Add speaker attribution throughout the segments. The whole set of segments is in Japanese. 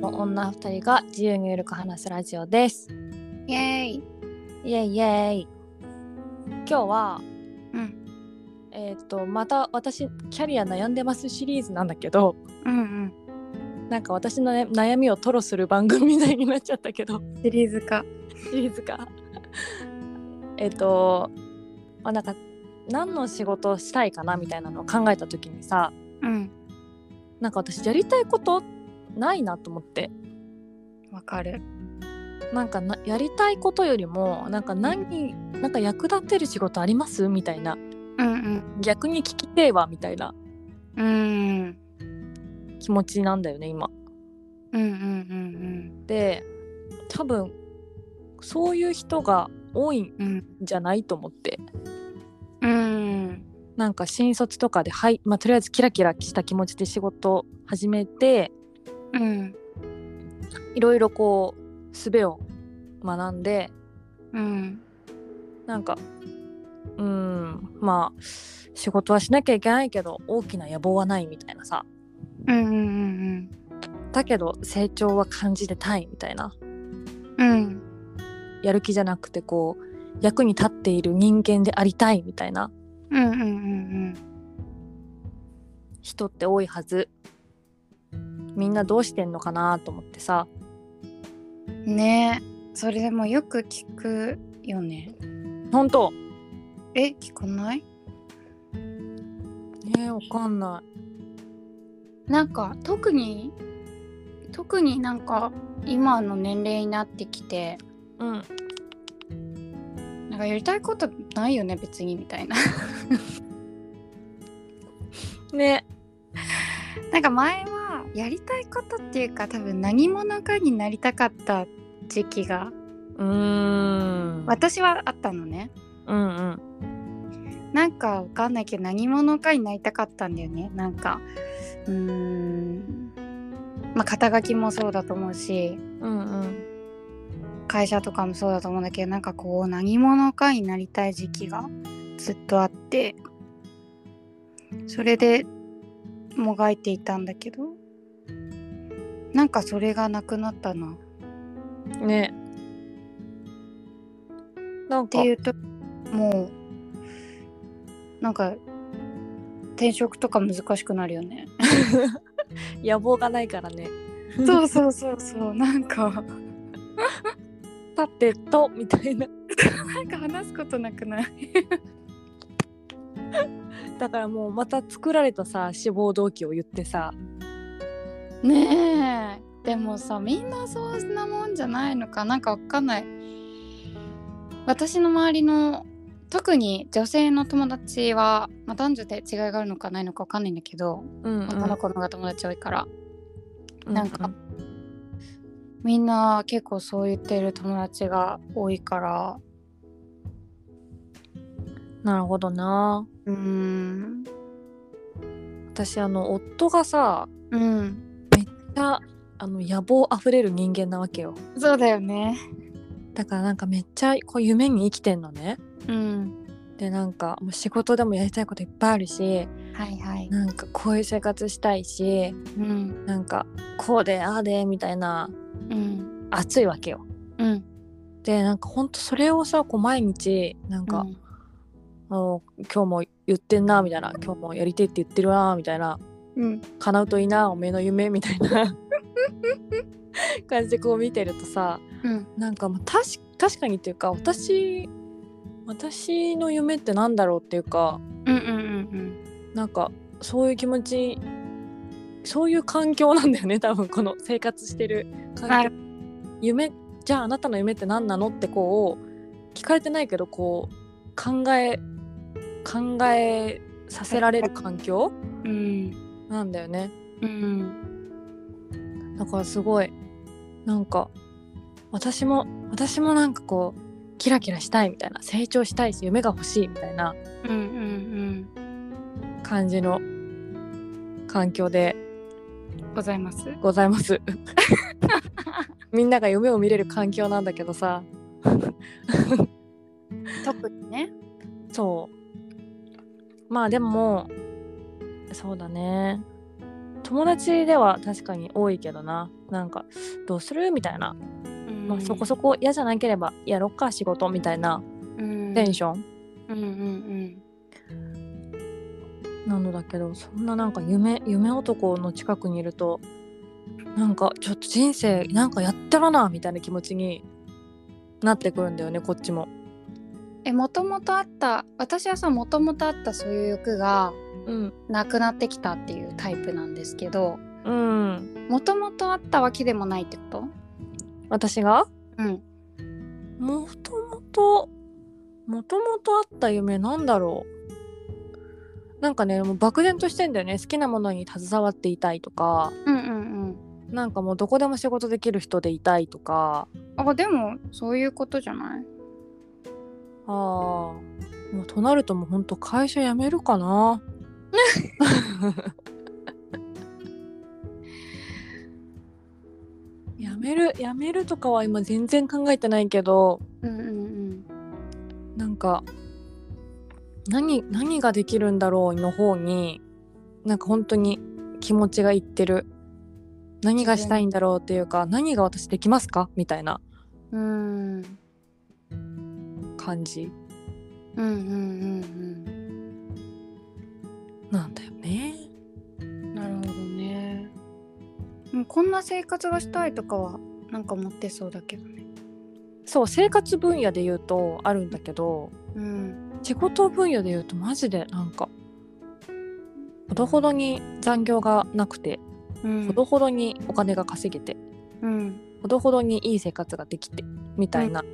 Speaker 1: の女二人が自由にゆるく話すラジオです。
Speaker 2: イエーイ。
Speaker 1: イエイイエイ。今日は、
Speaker 2: うん。
Speaker 1: えっ、と、また私、キャリア悩んでますシリーズなんだけど、
Speaker 2: うん
Speaker 1: なんか私の、ね、悩みを吐露する番組みたいになっちゃったけど、
Speaker 2: うん。シリーズ化。
Speaker 1: シリーズか。 えっと、まあ、なんか、何の仕事をしたいかなみたいなのを考えた時にさ、
Speaker 2: うん。
Speaker 1: なんか私やりたいことないなと思って。
Speaker 2: わかる。
Speaker 1: なんかなやりたいことよりもなんか何になんか役立ってる仕事ありますみたいな
Speaker 2: うん
Speaker 1: 逆に聞きてえわみたいな
Speaker 2: うん。うん。
Speaker 1: 気持ちなんだよね今。
Speaker 2: うんうんうん
Speaker 1: で多分そういう人が多いん
Speaker 2: うん。うん。
Speaker 1: じゃないと思って
Speaker 2: うん。
Speaker 1: なんか新卒とかで、はいまあ、とりあえずキラキラした気持ちで仕事を始めて
Speaker 2: うん。
Speaker 1: いろいろこう術を学んで
Speaker 2: うん。
Speaker 1: なんかうーんまあ仕事はしなきゃいけないけど大きな野望はないみたいなさ
Speaker 2: うんうんうん
Speaker 1: だけど成長は感じてたいみたいな
Speaker 2: うん。うん。
Speaker 1: やる気じゃなくてこう役に立っている人間でありたいみたいな
Speaker 2: うんうんうん
Speaker 1: 人って多いはずみんなどうしてんのかなと思ってさ
Speaker 2: うん。ねえ。それでもよく聞くよね。
Speaker 1: 本当
Speaker 2: え、聞かない
Speaker 1: ねえわかんな
Speaker 2: なんか特に特になんか今の年齢になってきて
Speaker 1: いうん
Speaker 2: なんかやりたいことないよね別にみたいな
Speaker 1: ね
Speaker 2: なんか前はやりたいことっていうか多分何者かになりたかった時期が
Speaker 1: うーん
Speaker 2: 私はあったのね
Speaker 1: うんうん
Speaker 2: なんかわかんないけど何者かになりたかったんだよねなんかうーんまあ肩書きもそうだと思うし
Speaker 1: うんうん
Speaker 2: 会社とかもそうだと思うんだけどなんかこう何者かになりたい時期がずっとあってそれでもがいていたんだけどなんかそれがなくなったなっ
Speaker 1: ねなんか
Speaker 2: ていうともうなんか転職とか難しくなるよね
Speaker 1: 野望がないからね
Speaker 2: そうそうそうそうなんかな
Speaker 1: 立ってとみたいなん
Speaker 2: か話すことなくない
Speaker 1: だからもうまた作られたさ志望動機を言ってさ
Speaker 2: ねえでもさみんなそんなもんじゃないのかなんかわかんない私の周りの特に女性の友達は、まあ、男女で違いがあるのかないのかわかんないんだけど、
Speaker 1: うんうん
Speaker 2: 女の子の方が友達多いからなんか
Speaker 1: う
Speaker 2: みんな結構そう言ってる友達が多いから
Speaker 1: うんなるほどな
Speaker 2: うーん
Speaker 1: 私あの夫がさ
Speaker 2: うん
Speaker 1: ああの野望あふれる人間なわけよ
Speaker 2: そうだよね
Speaker 1: だからなんかめっちゃこう夢に生きてんのね
Speaker 2: うん
Speaker 1: でなんかもう仕事でもやりたいこといっぱいあるし
Speaker 2: はいはい
Speaker 1: なんかこういう生活したいし
Speaker 2: うん
Speaker 1: なんかこうでああでみたいな
Speaker 2: うん
Speaker 1: 熱いわけよ
Speaker 2: うん
Speaker 1: でなんかほんとそれをさこう毎日なんか、
Speaker 2: うん
Speaker 1: あの今日も言ってんなみたいな今日もやりてえって言ってるなみたいな
Speaker 2: うん
Speaker 1: 叶うといいなおめえの夢みたいな感じでこう見てるとさ
Speaker 2: うん
Speaker 1: なんかまあ確確かにっていうか私私の夢ってなんだろうっていうか
Speaker 2: うんうん
Speaker 1: なんかそういう気持ちそういう環境なんだよね多 分この生活してる環境、
Speaker 2: はい
Speaker 1: 夢じゃああなたの夢って何なのってこう聞かれてないけどこう考え考えさせられる環境
Speaker 2: うん
Speaker 1: なんだよね
Speaker 2: うんうん
Speaker 1: だからすごいなんか私も私もなんかこうキラキラしたいみたいな成長したいし夢が欲しいみたいな
Speaker 2: うんうん
Speaker 1: 感じの環境で
Speaker 2: ございます。
Speaker 1: ございます みんなが夢を見れる環境なんだけどさ
Speaker 2: 特にね。
Speaker 1: そうまあでもそうだね友達では確かに多いけどななんかどうするみたいな、
Speaker 2: うん
Speaker 1: まあ、そこそこ嫌じゃなければやろっか仕事みたいな
Speaker 2: うん
Speaker 1: テンション
Speaker 2: うんうん
Speaker 1: なのだけどそんななんか夢夢男の近くにいるとなんかちょっと人生なんかやったらなみたいな気持ちになってくるんだよねこっちも。
Speaker 2: うんえもともとあった私はさもともとあったそういう欲が
Speaker 1: うん、
Speaker 2: なくなってきたっていうタイプなんですけど
Speaker 1: うん、
Speaker 2: もともとあったわけでもないってこと
Speaker 1: 私が
Speaker 2: うん
Speaker 1: もともともともとあった夢なんだろうなんかねもう漠然としてんだよね好きなものに携わっていたいとか
Speaker 2: うんうん
Speaker 1: なんかもうどこでも仕事できる人でいたいとか
Speaker 2: うんあでもそういうことじゃない
Speaker 1: あーもうとなるともうほんと会社辞めるかな 辞める辞めるとかは今全然考えてないけど
Speaker 2: うんうん
Speaker 1: なんか何何ができるんだろうの方になんか本当に気持ちがいってる何がしたいんだろうっていうか何が私できますかみたいな
Speaker 2: うんうん
Speaker 1: 感じ
Speaker 2: うんうんうん
Speaker 1: なんだよね
Speaker 2: うんなるほどねうんこんな生活がしたいとかはなんか持ってそうだけどね
Speaker 1: そう生活分野で言うとあるんだけど
Speaker 2: うん
Speaker 1: 仕事分野で言うとマジでなんかほどほどに残業がなくて
Speaker 2: うん
Speaker 1: ほどほどにお金が稼げて
Speaker 2: うん
Speaker 1: ほどほどにいい生活ができてみたいな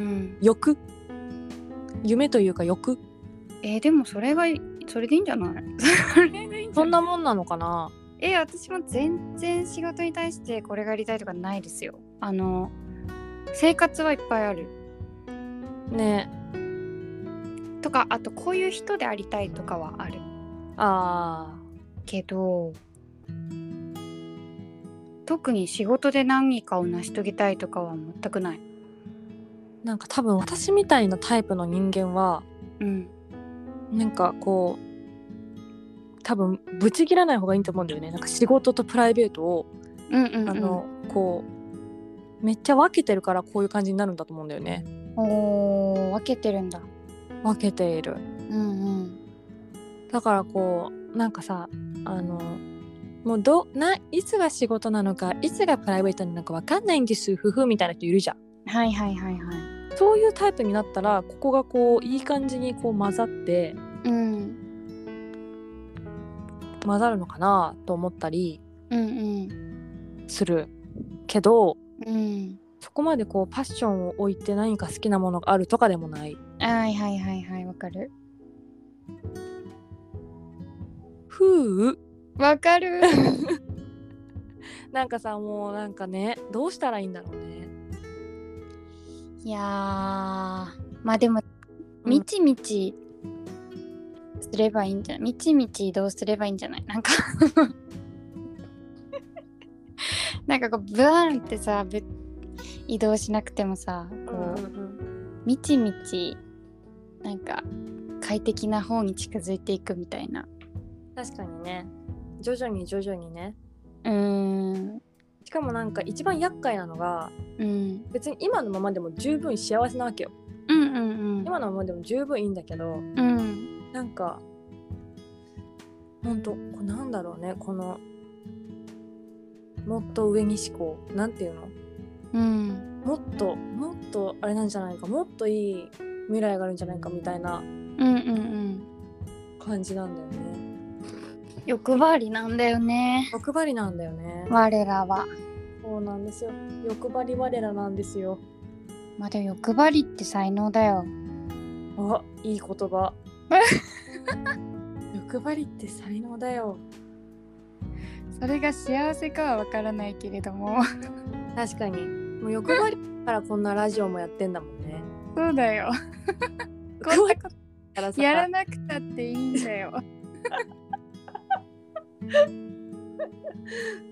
Speaker 2: うん
Speaker 1: 欲夢というか欲
Speaker 2: えーでもそれがそれでいいんじゃない それでいいんじ
Speaker 1: そ
Speaker 2: ゃ
Speaker 1: ん
Speaker 2: ない
Speaker 1: なもんなのかな
Speaker 2: えー私も全然仕事に対してこれがやりたいとかないですよあの生活はいっぱいある
Speaker 1: ね
Speaker 2: とかあとこういう人でありたいとかはある
Speaker 1: あ
Speaker 2: けど特に仕事で何かを成し遂げたいとかは全くない。
Speaker 1: ーなんか多分私みたいなタイプの人間は
Speaker 2: うん、
Speaker 1: なんかこう多分ブチ切らない方がいいと思うんだよねなんか仕事とプライベートを、
Speaker 2: うんうん、うん、
Speaker 1: あのこうめっちゃ分けてるからこういう感じになるんだと思うんだよね
Speaker 2: おー分けてるんだ。
Speaker 1: 分けている
Speaker 2: うんうん
Speaker 1: だからこうなんかさあのもうどないつが仕事なのかいつがプライベートなのか分かんないんですふふみたいな人いるじゃん
Speaker 2: はいはいはいはい。
Speaker 1: そういうタイプになったらここがこういい感じにこう混ざって
Speaker 2: うん
Speaker 1: 混ざるのかなと思ったり
Speaker 2: うん
Speaker 1: するけど
Speaker 2: うんうん。
Speaker 1: そこまでこうパッションを置いて何か好きなものがあるとかでもない
Speaker 2: はいはいはいはいわかる。
Speaker 1: ふう
Speaker 2: わかる。
Speaker 1: なんかさもうなんかねどうしたらいいんだろうね
Speaker 2: いやーまあでも
Speaker 1: うん
Speaker 2: みちみちすればいいんじゃないみちみち移動すればいいんじゃない なんかなんかこうブワーンってさぶ移動しなくてもさこう、みちみちなんか快適な方に近づいていくみたいな
Speaker 1: 確かにね徐々に徐々にね
Speaker 2: うーん
Speaker 1: しかもなんか一番厄介なのが
Speaker 2: うん
Speaker 1: 別に今のままでも十分幸せなわけよ
Speaker 2: うんうん
Speaker 1: 今のままでも十分いいんだけど
Speaker 2: うんうん
Speaker 1: なんかほんとこうなんだろうねこのもっと上に思考なんていうの
Speaker 2: うん
Speaker 1: もっともっとあれなんじゃないかもっといい未来があるんじゃないかみたいな
Speaker 2: うんうんうん
Speaker 1: 感じなんだよね
Speaker 2: 欲張りなんだよね
Speaker 1: 欲張りなんだよね
Speaker 2: 我らは
Speaker 1: そうなんですよ欲張り我らなんですよ
Speaker 2: まあでも欲張りって才能だよ
Speaker 1: あいい言 葉欲張りって才能だよ
Speaker 2: それが幸せかはわからないけれども
Speaker 1: 確かにもう欲張りだからこんなラジオもやってんだもんね
Speaker 2: そうだよ
Speaker 1: 欲張りだからさ
Speaker 2: やらなくたっていいんだよ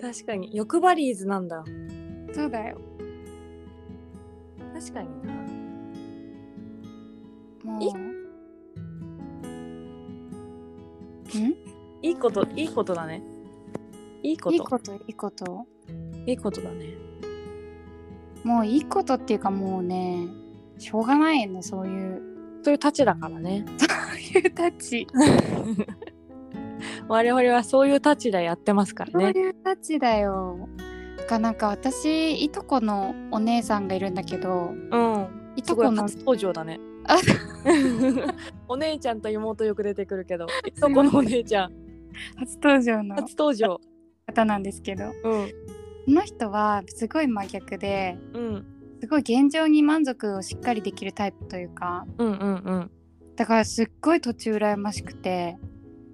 Speaker 1: 確かに欲張りーズなんだ
Speaker 2: そうだよ
Speaker 1: 確かにな
Speaker 2: も
Speaker 1: いういいこといいことだねいいこ
Speaker 2: いい
Speaker 1: と
Speaker 2: こといいこと
Speaker 1: いいことだね
Speaker 2: もういいことっていうかもうねしょうがないよねそういう
Speaker 1: そういうたちだからね
Speaker 2: そういうたち
Speaker 1: 我々はそういうたちでやってますから
Speaker 2: そう
Speaker 1: ね
Speaker 2: いうたちだよがなんか私いとこのお姉さんがいるんだけど
Speaker 1: うん
Speaker 2: い
Speaker 1: す
Speaker 2: と
Speaker 1: ご
Speaker 2: こ
Speaker 1: い
Speaker 2: の
Speaker 1: 初登場だね
Speaker 2: あ
Speaker 1: お姉ちゃんと妹よく出てくるけどいとこのお姉ちゃん
Speaker 2: 初登場の
Speaker 1: 初登場
Speaker 2: 方なんですけど
Speaker 1: うん
Speaker 2: この人はすごい真逆で
Speaker 1: うん
Speaker 2: すごい現状に満足をしっかりできるタイプというか
Speaker 1: うんうん
Speaker 2: だからすっごい途中羨ましくて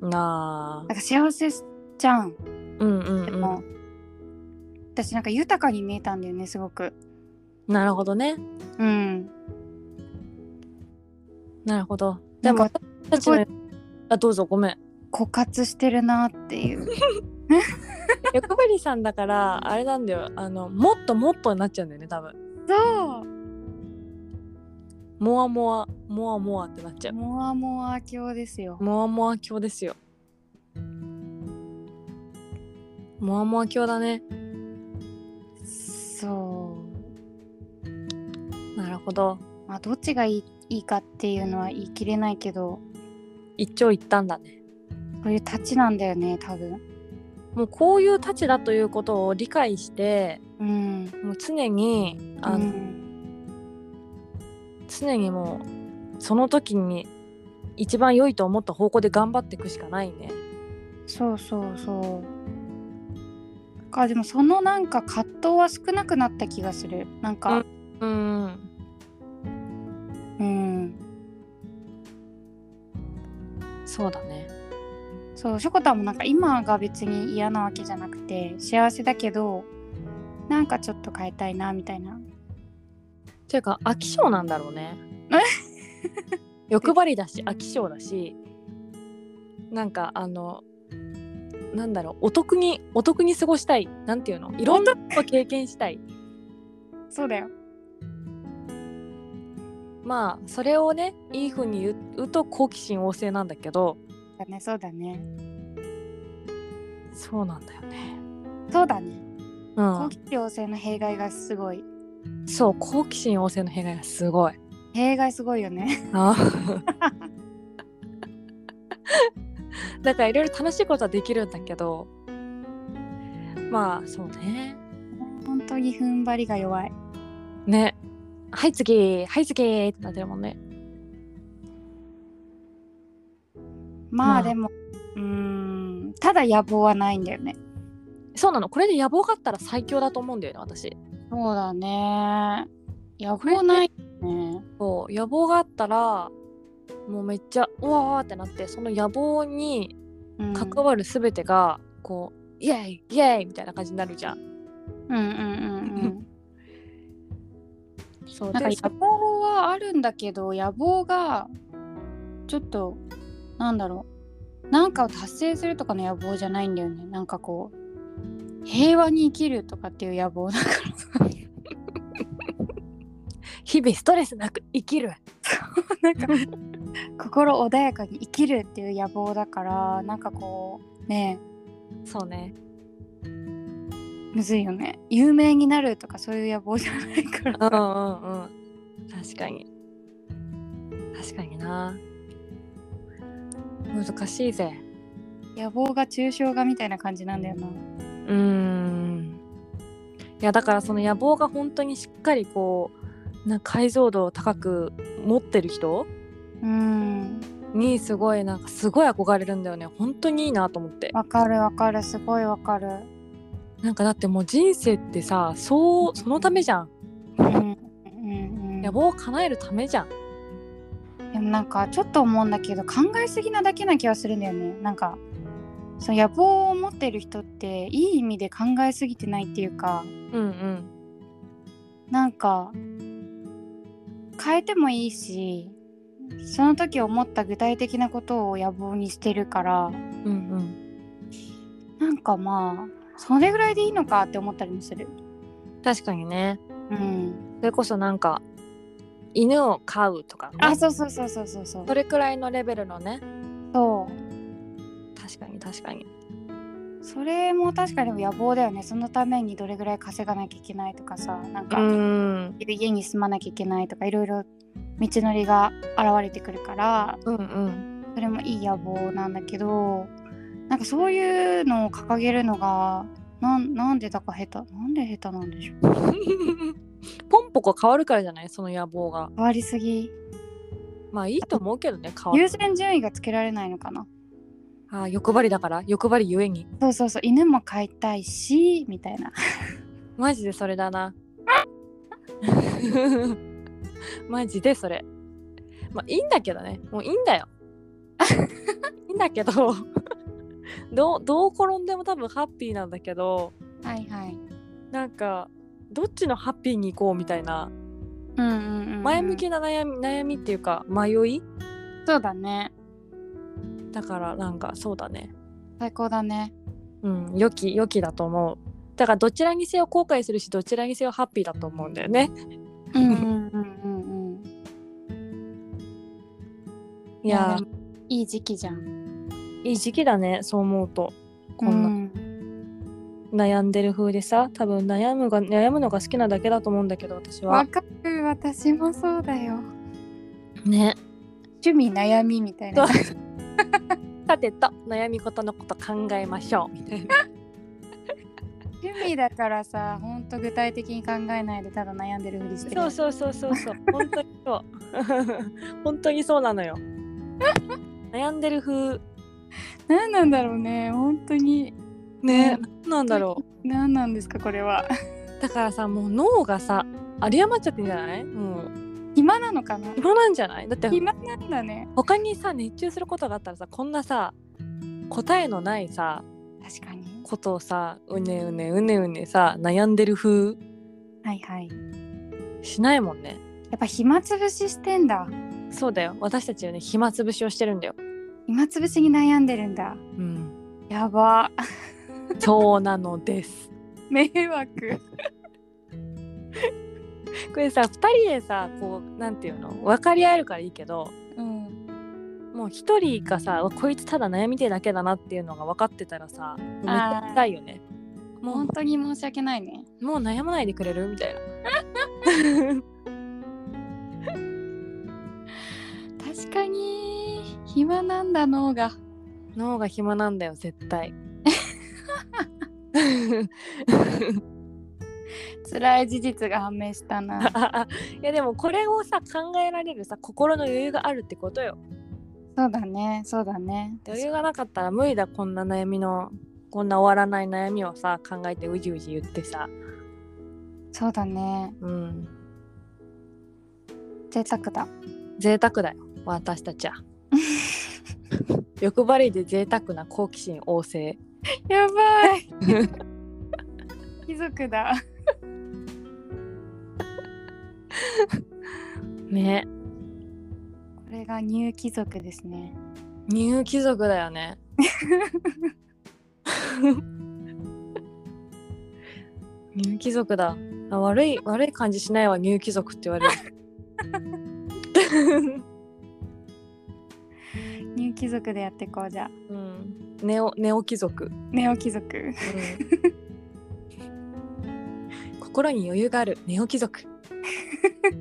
Speaker 1: うんな
Speaker 2: な
Speaker 1: あ
Speaker 2: んか幸せじゃん
Speaker 1: うんうん
Speaker 2: で
Speaker 1: う
Speaker 2: も、
Speaker 1: ん
Speaker 2: 私なんか豊かに見えたんだよねすごく
Speaker 1: なるほどね
Speaker 2: うん
Speaker 1: なるほどで
Speaker 2: なん
Speaker 1: も
Speaker 2: か
Speaker 1: 私たちのあどうぞごめん
Speaker 2: 枯渇してるなっていう
Speaker 1: 横振りさんだからあれなんだよあのもっともっとになっちゃうんだよね多分
Speaker 2: そう
Speaker 1: モアモアモアモアってなっちゃう
Speaker 2: モアモア教ですよ
Speaker 1: モアモア教ですよモアモア教だね
Speaker 2: そう
Speaker 1: なるほど
Speaker 2: まあどっちがいいいいかっていうのは言い切れないけど
Speaker 1: 一長一短だね
Speaker 2: こういうたちなんだよね多分
Speaker 1: もうこういう立ちだということを理解して
Speaker 2: うん
Speaker 1: もう常にあの、
Speaker 2: うん
Speaker 1: 常にもうその時に一番良いと思った方向で頑張っていくしかないね
Speaker 2: そうそうそうだからでもそのなんか葛藤は少なくなった気がするなんか
Speaker 1: うん
Speaker 2: うん
Speaker 1: そうだね
Speaker 2: そうしょこたんもなんか今が別に嫌なわけじゃなくて幸せだけどなんかちょっと変えたいなみたいな
Speaker 1: ていうか飽き性なんだろう ね欲張りだし飽き性だしなんかあのなんだろうお得にお得に過ごしたいなんていうのいろんなことを経験したい
Speaker 2: そうだよ
Speaker 1: まあそれをねいいふうに言うと好奇心旺盛なんだけど
Speaker 2: だねそうだね
Speaker 1: そうなんだよね
Speaker 2: そうだね
Speaker 1: う
Speaker 2: 好
Speaker 1: ん
Speaker 2: 奇心旺盛の弊害がすごい
Speaker 1: そう好奇心旺盛の弊害がすごい
Speaker 2: 弊害すごいよね
Speaker 1: あ だからいろいろ楽しいことはできるんだけどまあそうね
Speaker 2: 本当に踏ん張りが弱い
Speaker 1: ねはい次はい次ってなってるもんねま
Speaker 2: ま
Speaker 1: あ
Speaker 2: あでもうーんただ野望はないんだよね
Speaker 1: そうなのこれで野望があったら最強だと思うんだよね私
Speaker 2: そうだね野望ないね
Speaker 1: そう野望があったらもうめっちゃうわーってなってその野望に
Speaker 2: うん
Speaker 1: 関わる全てがこう、イエーイイエーイみたいな感じになるじゃん
Speaker 2: うんうんうんうん
Speaker 1: そう
Speaker 2: なんか
Speaker 1: で
Speaker 2: 野望はあるんだけど野望がちょっとなんだろうなんかを達成するとかの野望じゃないんだよねなんかこう平和に生きるとかっていう野望だから
Speaker 1: 日々ストレスなく生きる
Speaker 2: なんか心穏やかに生きるっていう野望だからなんかこうね
Speaker 1: そうね
Speaker 2: えむずいよね有名になるとかそういう野望じゃな いから
Speaker 1: うんうんうん確かに確かにな難しいぜ
Speaker 2: 野望が抽象画みたいな感じなんだよな
Speaker 1: うーんいやだからその野望が本当にしっかりこうなんか解像度を高く持ってる人
Speaker 2: うん
Speaker 1: にすごいなんかすごい憧れるんだよね本当にいいなと思って
Speaker 2: わかるわかるすごいわかる
Speaker 1: なんかだってもう人生ってさそうそのためじゃん
Speaker 2: うんうんうん
Speaker 1: 野望を叶えるためじゃん
Speaker 2: でもなんかちょっと思うんだけど考えすぎなだけな気がするんだよねなんかその野望を持ってる人っていい意味で考えすぎてないっていうか
Speaker 1: うん
Speaker 2: なんか変えてもいいしその時思った具体的なことを野望にしてるから
Speaker 1: うんうんうん
Speaker 2: なんかまあそれぐらいでいいのかって思ったりもする
Speaker 1: 確かにね
Speaker 2: うん
Speaker 1: それこそなんか犬を飼うとかね、
Speaker 2: あそうそうそうそうそうそう
Speaker 1: それくらいのレベルのね
Speaker 2: そう
Speaker 1: 確かに確かに
Speaker 2: それも確かにでも野望だよねそのためにどれぐらい稼がなきゃいけないとかさなんか、
Speaker 1: うん
Speaker 2: 家に住まなきゃいけないとかいろいろ道のりが現れてくるから
Speaker 1: うんうん
Speaker 2: それもいい野望なんだけどなんかそういうのを掲げるのがなんなんでだか下手なんで下手なんでしょう
Speaker 1: ポンポコ変わるからじゃないその野望が
Speaker 2: 変わりすぎ
Speaker 1: まあいいと思うけどね変わ
Speaker 2: 優
Speaker 1: る
Speaker 2: 先順位がつけられないのかな
Speaker 1: あー欲張りだから欲張りゆえに
Speaker 2: そうそうそう犬も飼いたいしみたいな
Speaker 1: マジでそれだな マジでそれまあいいんだけどねもういいんだよ いいんだけど どうどう転んでも多分ハッピーなんだけど
Speaker 2: はいはい
Speaker 1: なんかどっちのハッピーに行こうみたいな
Speaker 2: うんうんうんうん
Speaker 1: 前向きな悩み悩みっていうか迷い
Speaker 2: そうだね
Speaker 1: だからなんかそうだね
Speaker 2: 最高だね
Speaker 1: うん良き良きだと思うだからどちらにせよ後悔するしどちらにせよハッピーだと思うんだよね
Speaker 2: うんうんうんうんうん
Speaker 1: いや
Speaker 2: でもいい時期じゃん
Speaker 1: ーいい時期だねそう思うとこんな
Speaker 2: うん
Speaker 1: 悩んでる風でさ多分悩むが悩むのが好きなだけだと思うんだけど私
Speaker 2: わ、
Speaker 1: は
Speaker 2: かる私もそうだよ
Speaker 1: ね
Speaker 2: 趣味悩みみたいな
Speaker 1: そさてと悩み事のこと考えましょうみたいな
Speaker 2: 趣味だからさほんと具体的に考えないでただ悩んでるふりしてる
Speaker 1: そうそうそうそうそう 本当にそう本当にそうなの よ悩んでる風
Speaker 2: 何なんだろうね本当に
Speaker 1: ね
Speaker 2: ね
Speaker 1: 何なんだろ
Speaker 2: 何なんですかこれは
Speaker 1: うだからさもう脳がさ有り余っちゃってんじゃないもう
Speaker 2: 暇なのかな
Speaker 1: 暇なんじゃないだって
Speaker 2: 暇なんだね
Speaker 1: 他にさ熱中することがあったらさこんなさ答えのないさ
Speaker 2: 確かに
Speaker 1: ことをさうねうねうねうねさ悩んでる風
Speaker 2: はいはい
Speaker 1: しないもんね
Speaker 2: やっぱ暇つぶししてんだ
Speaker 1: そうだよ私たちはね暇つぶしをしてるんだよ
Speaker 2: 暇つぶしに悩んでるんだ
Speaker 1: うん
Speaker 2: やば
Speaker 1: そうなのです
Speaker 2: 迷惑
Speaker 1: これさ2人でさこうなんていうの分かり合えるからいいけど
Speaker 2: うん
Speaker 1: もう1人がさうわこいつただ悩みてえだけだなっていうのが分かってたらさめっちゃ痛いよねもう
Speaker 2: 本当に申し訳ないね
Speaker 1: もう悩まないでくれるみたいな。
Speaker 2: 確かに暇なんだ脳が
Speaker 1: 脳が暇なんだよ絶対。
Speaker 2: 辛い事実が判明したな
Speaker 1: いやでもこれをさ考えられるさ心の余裕があるってことよ。
Speaker 2: そうだねそうだね
Speaker 1: 余裕がなかったら無理だこんな悩みのこんな終わらない悩みをさ考えてうじうじ言ってさ。
Speaker 2: そうだね
Speaker 1: うん。
Speaker 2: 贅沢だ
Speaker 1: 贅沢だよ私たちは。欲張りで贅沢な好奇心旺盛。
Speaker 2: やばい 貴族だ
Speaker 1: ね。
Speaker 2: これがニュー貴族ですね
Speaker 1: ニュー貴族だよ ね。ニュー貴族だあ。悪い悪い感じしないわニュー貴族って言われ る。
Speaker 2: ニュー貴族でやってこうじゃあ
Speaker 1: うん。ネオネオ貴族。
Speaker 2: ネオ貴族
Speaker 1: うん心に余裕があるネオ貴族。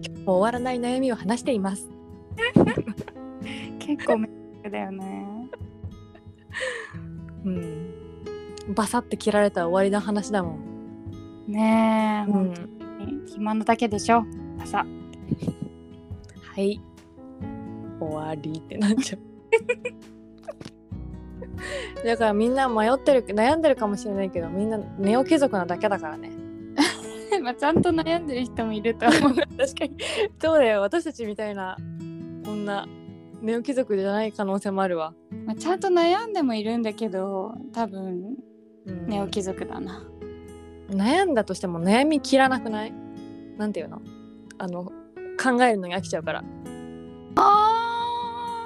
Speaker 1: 今日も終わらない悩みを話しています。
Speaker 2: 結構迷惑だよね
Speaker 1: うん。バサって切られたら終わりの話だもん。
Speaker 2: ねえ、
Speaker 1: う
Speaker 2: ほ
Speaker 1: ん
Speaker 2: ん、。暇なだけでしょ朝
Speaker 1: はい。終わりってなっちゃ う。だからみんな迷ってる悩んでるかもしれないけどみんなネオ貴族なだけだからね
Speaker 2: まあちゃんと悩んでる人もいると思う
Speaker 1: 確かにそうだよ私たちみたいなこんなネオ貴族じゃない可能性もあるわ、
Speaker 2: まあちゃんと悩んでもいるんだけど多分
Speaker 1: うん
Speaker 2: ネオ貴族だな、
Speaker 1: 悩んだとしても悩み切らなくないなんていうのあの考えるのに飽きちゃうから
Speaker 2: あ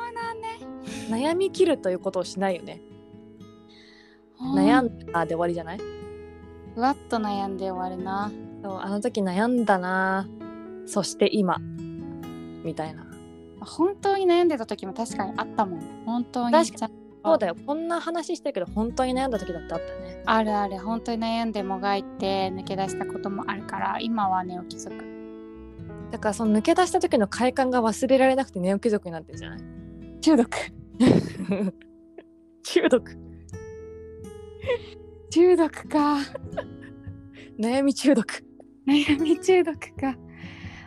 Speaker 2: ーなんね
Speaker 1: 悩み切るということをしないよね悩
Speaker 2: ん
Speaker 1: んだで終わりじゃない
Speaker 2: ふわっと悩んで終わるな
Speaker 1: そうあの時悩んだなそして今みたいな
Speaker 2: 本当に悩んでた時も確かにあったもん本当に
Speaker 1: 確かに
Speaker 2: ちゃん
Speaker 1: そうだよこんな話してるけど本当に悩んだ時だってあったね
Speaker 2: あるある本当に悩んでもがいて抜け出したこともあるから今は寝起き族
Speaker 1: だからその抜け出した時の快感が忘れられなくて寝起き族になってんじゃない
Speaker 2: 中毒
Speaker 1: 中毒
Speaker 2: 中毒か
Speaker 1: 悩み中毒
Speaker 2: 悩み中毒か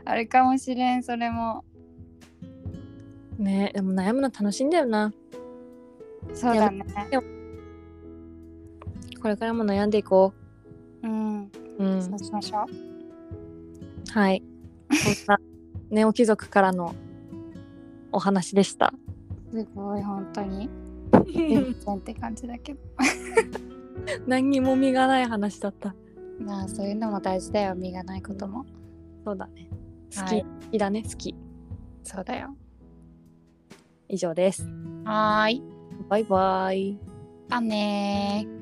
Speaker 2: あれかもしれんそれも
Speaker 1: ねでも悩むの楽しいんだよな
Speaker 2: そうだね
Speaker 1: これからも悩んでいこ
Speaker 2: うん
Speaker 1: ううん
Speaker 2: そうしましょう
Speaker 1: はい。そんなネオ貴族からのお話で した。
Speaker 2: すごい本当に全然って感じだけど
Speaker 1: 何にも身がない話だった。
Speaker 2: まあそういうのも大事だよ身がないことも
Speaker 1: そうだね。好き、
Speaker 2: はい
Speaker 1: 好きだね、好き。
Speaker 2: そうだよ
Speaker 1: 以上です。
Speaker 2: はーい
Speaker 1: バイバイ。
Speaker 2: あねー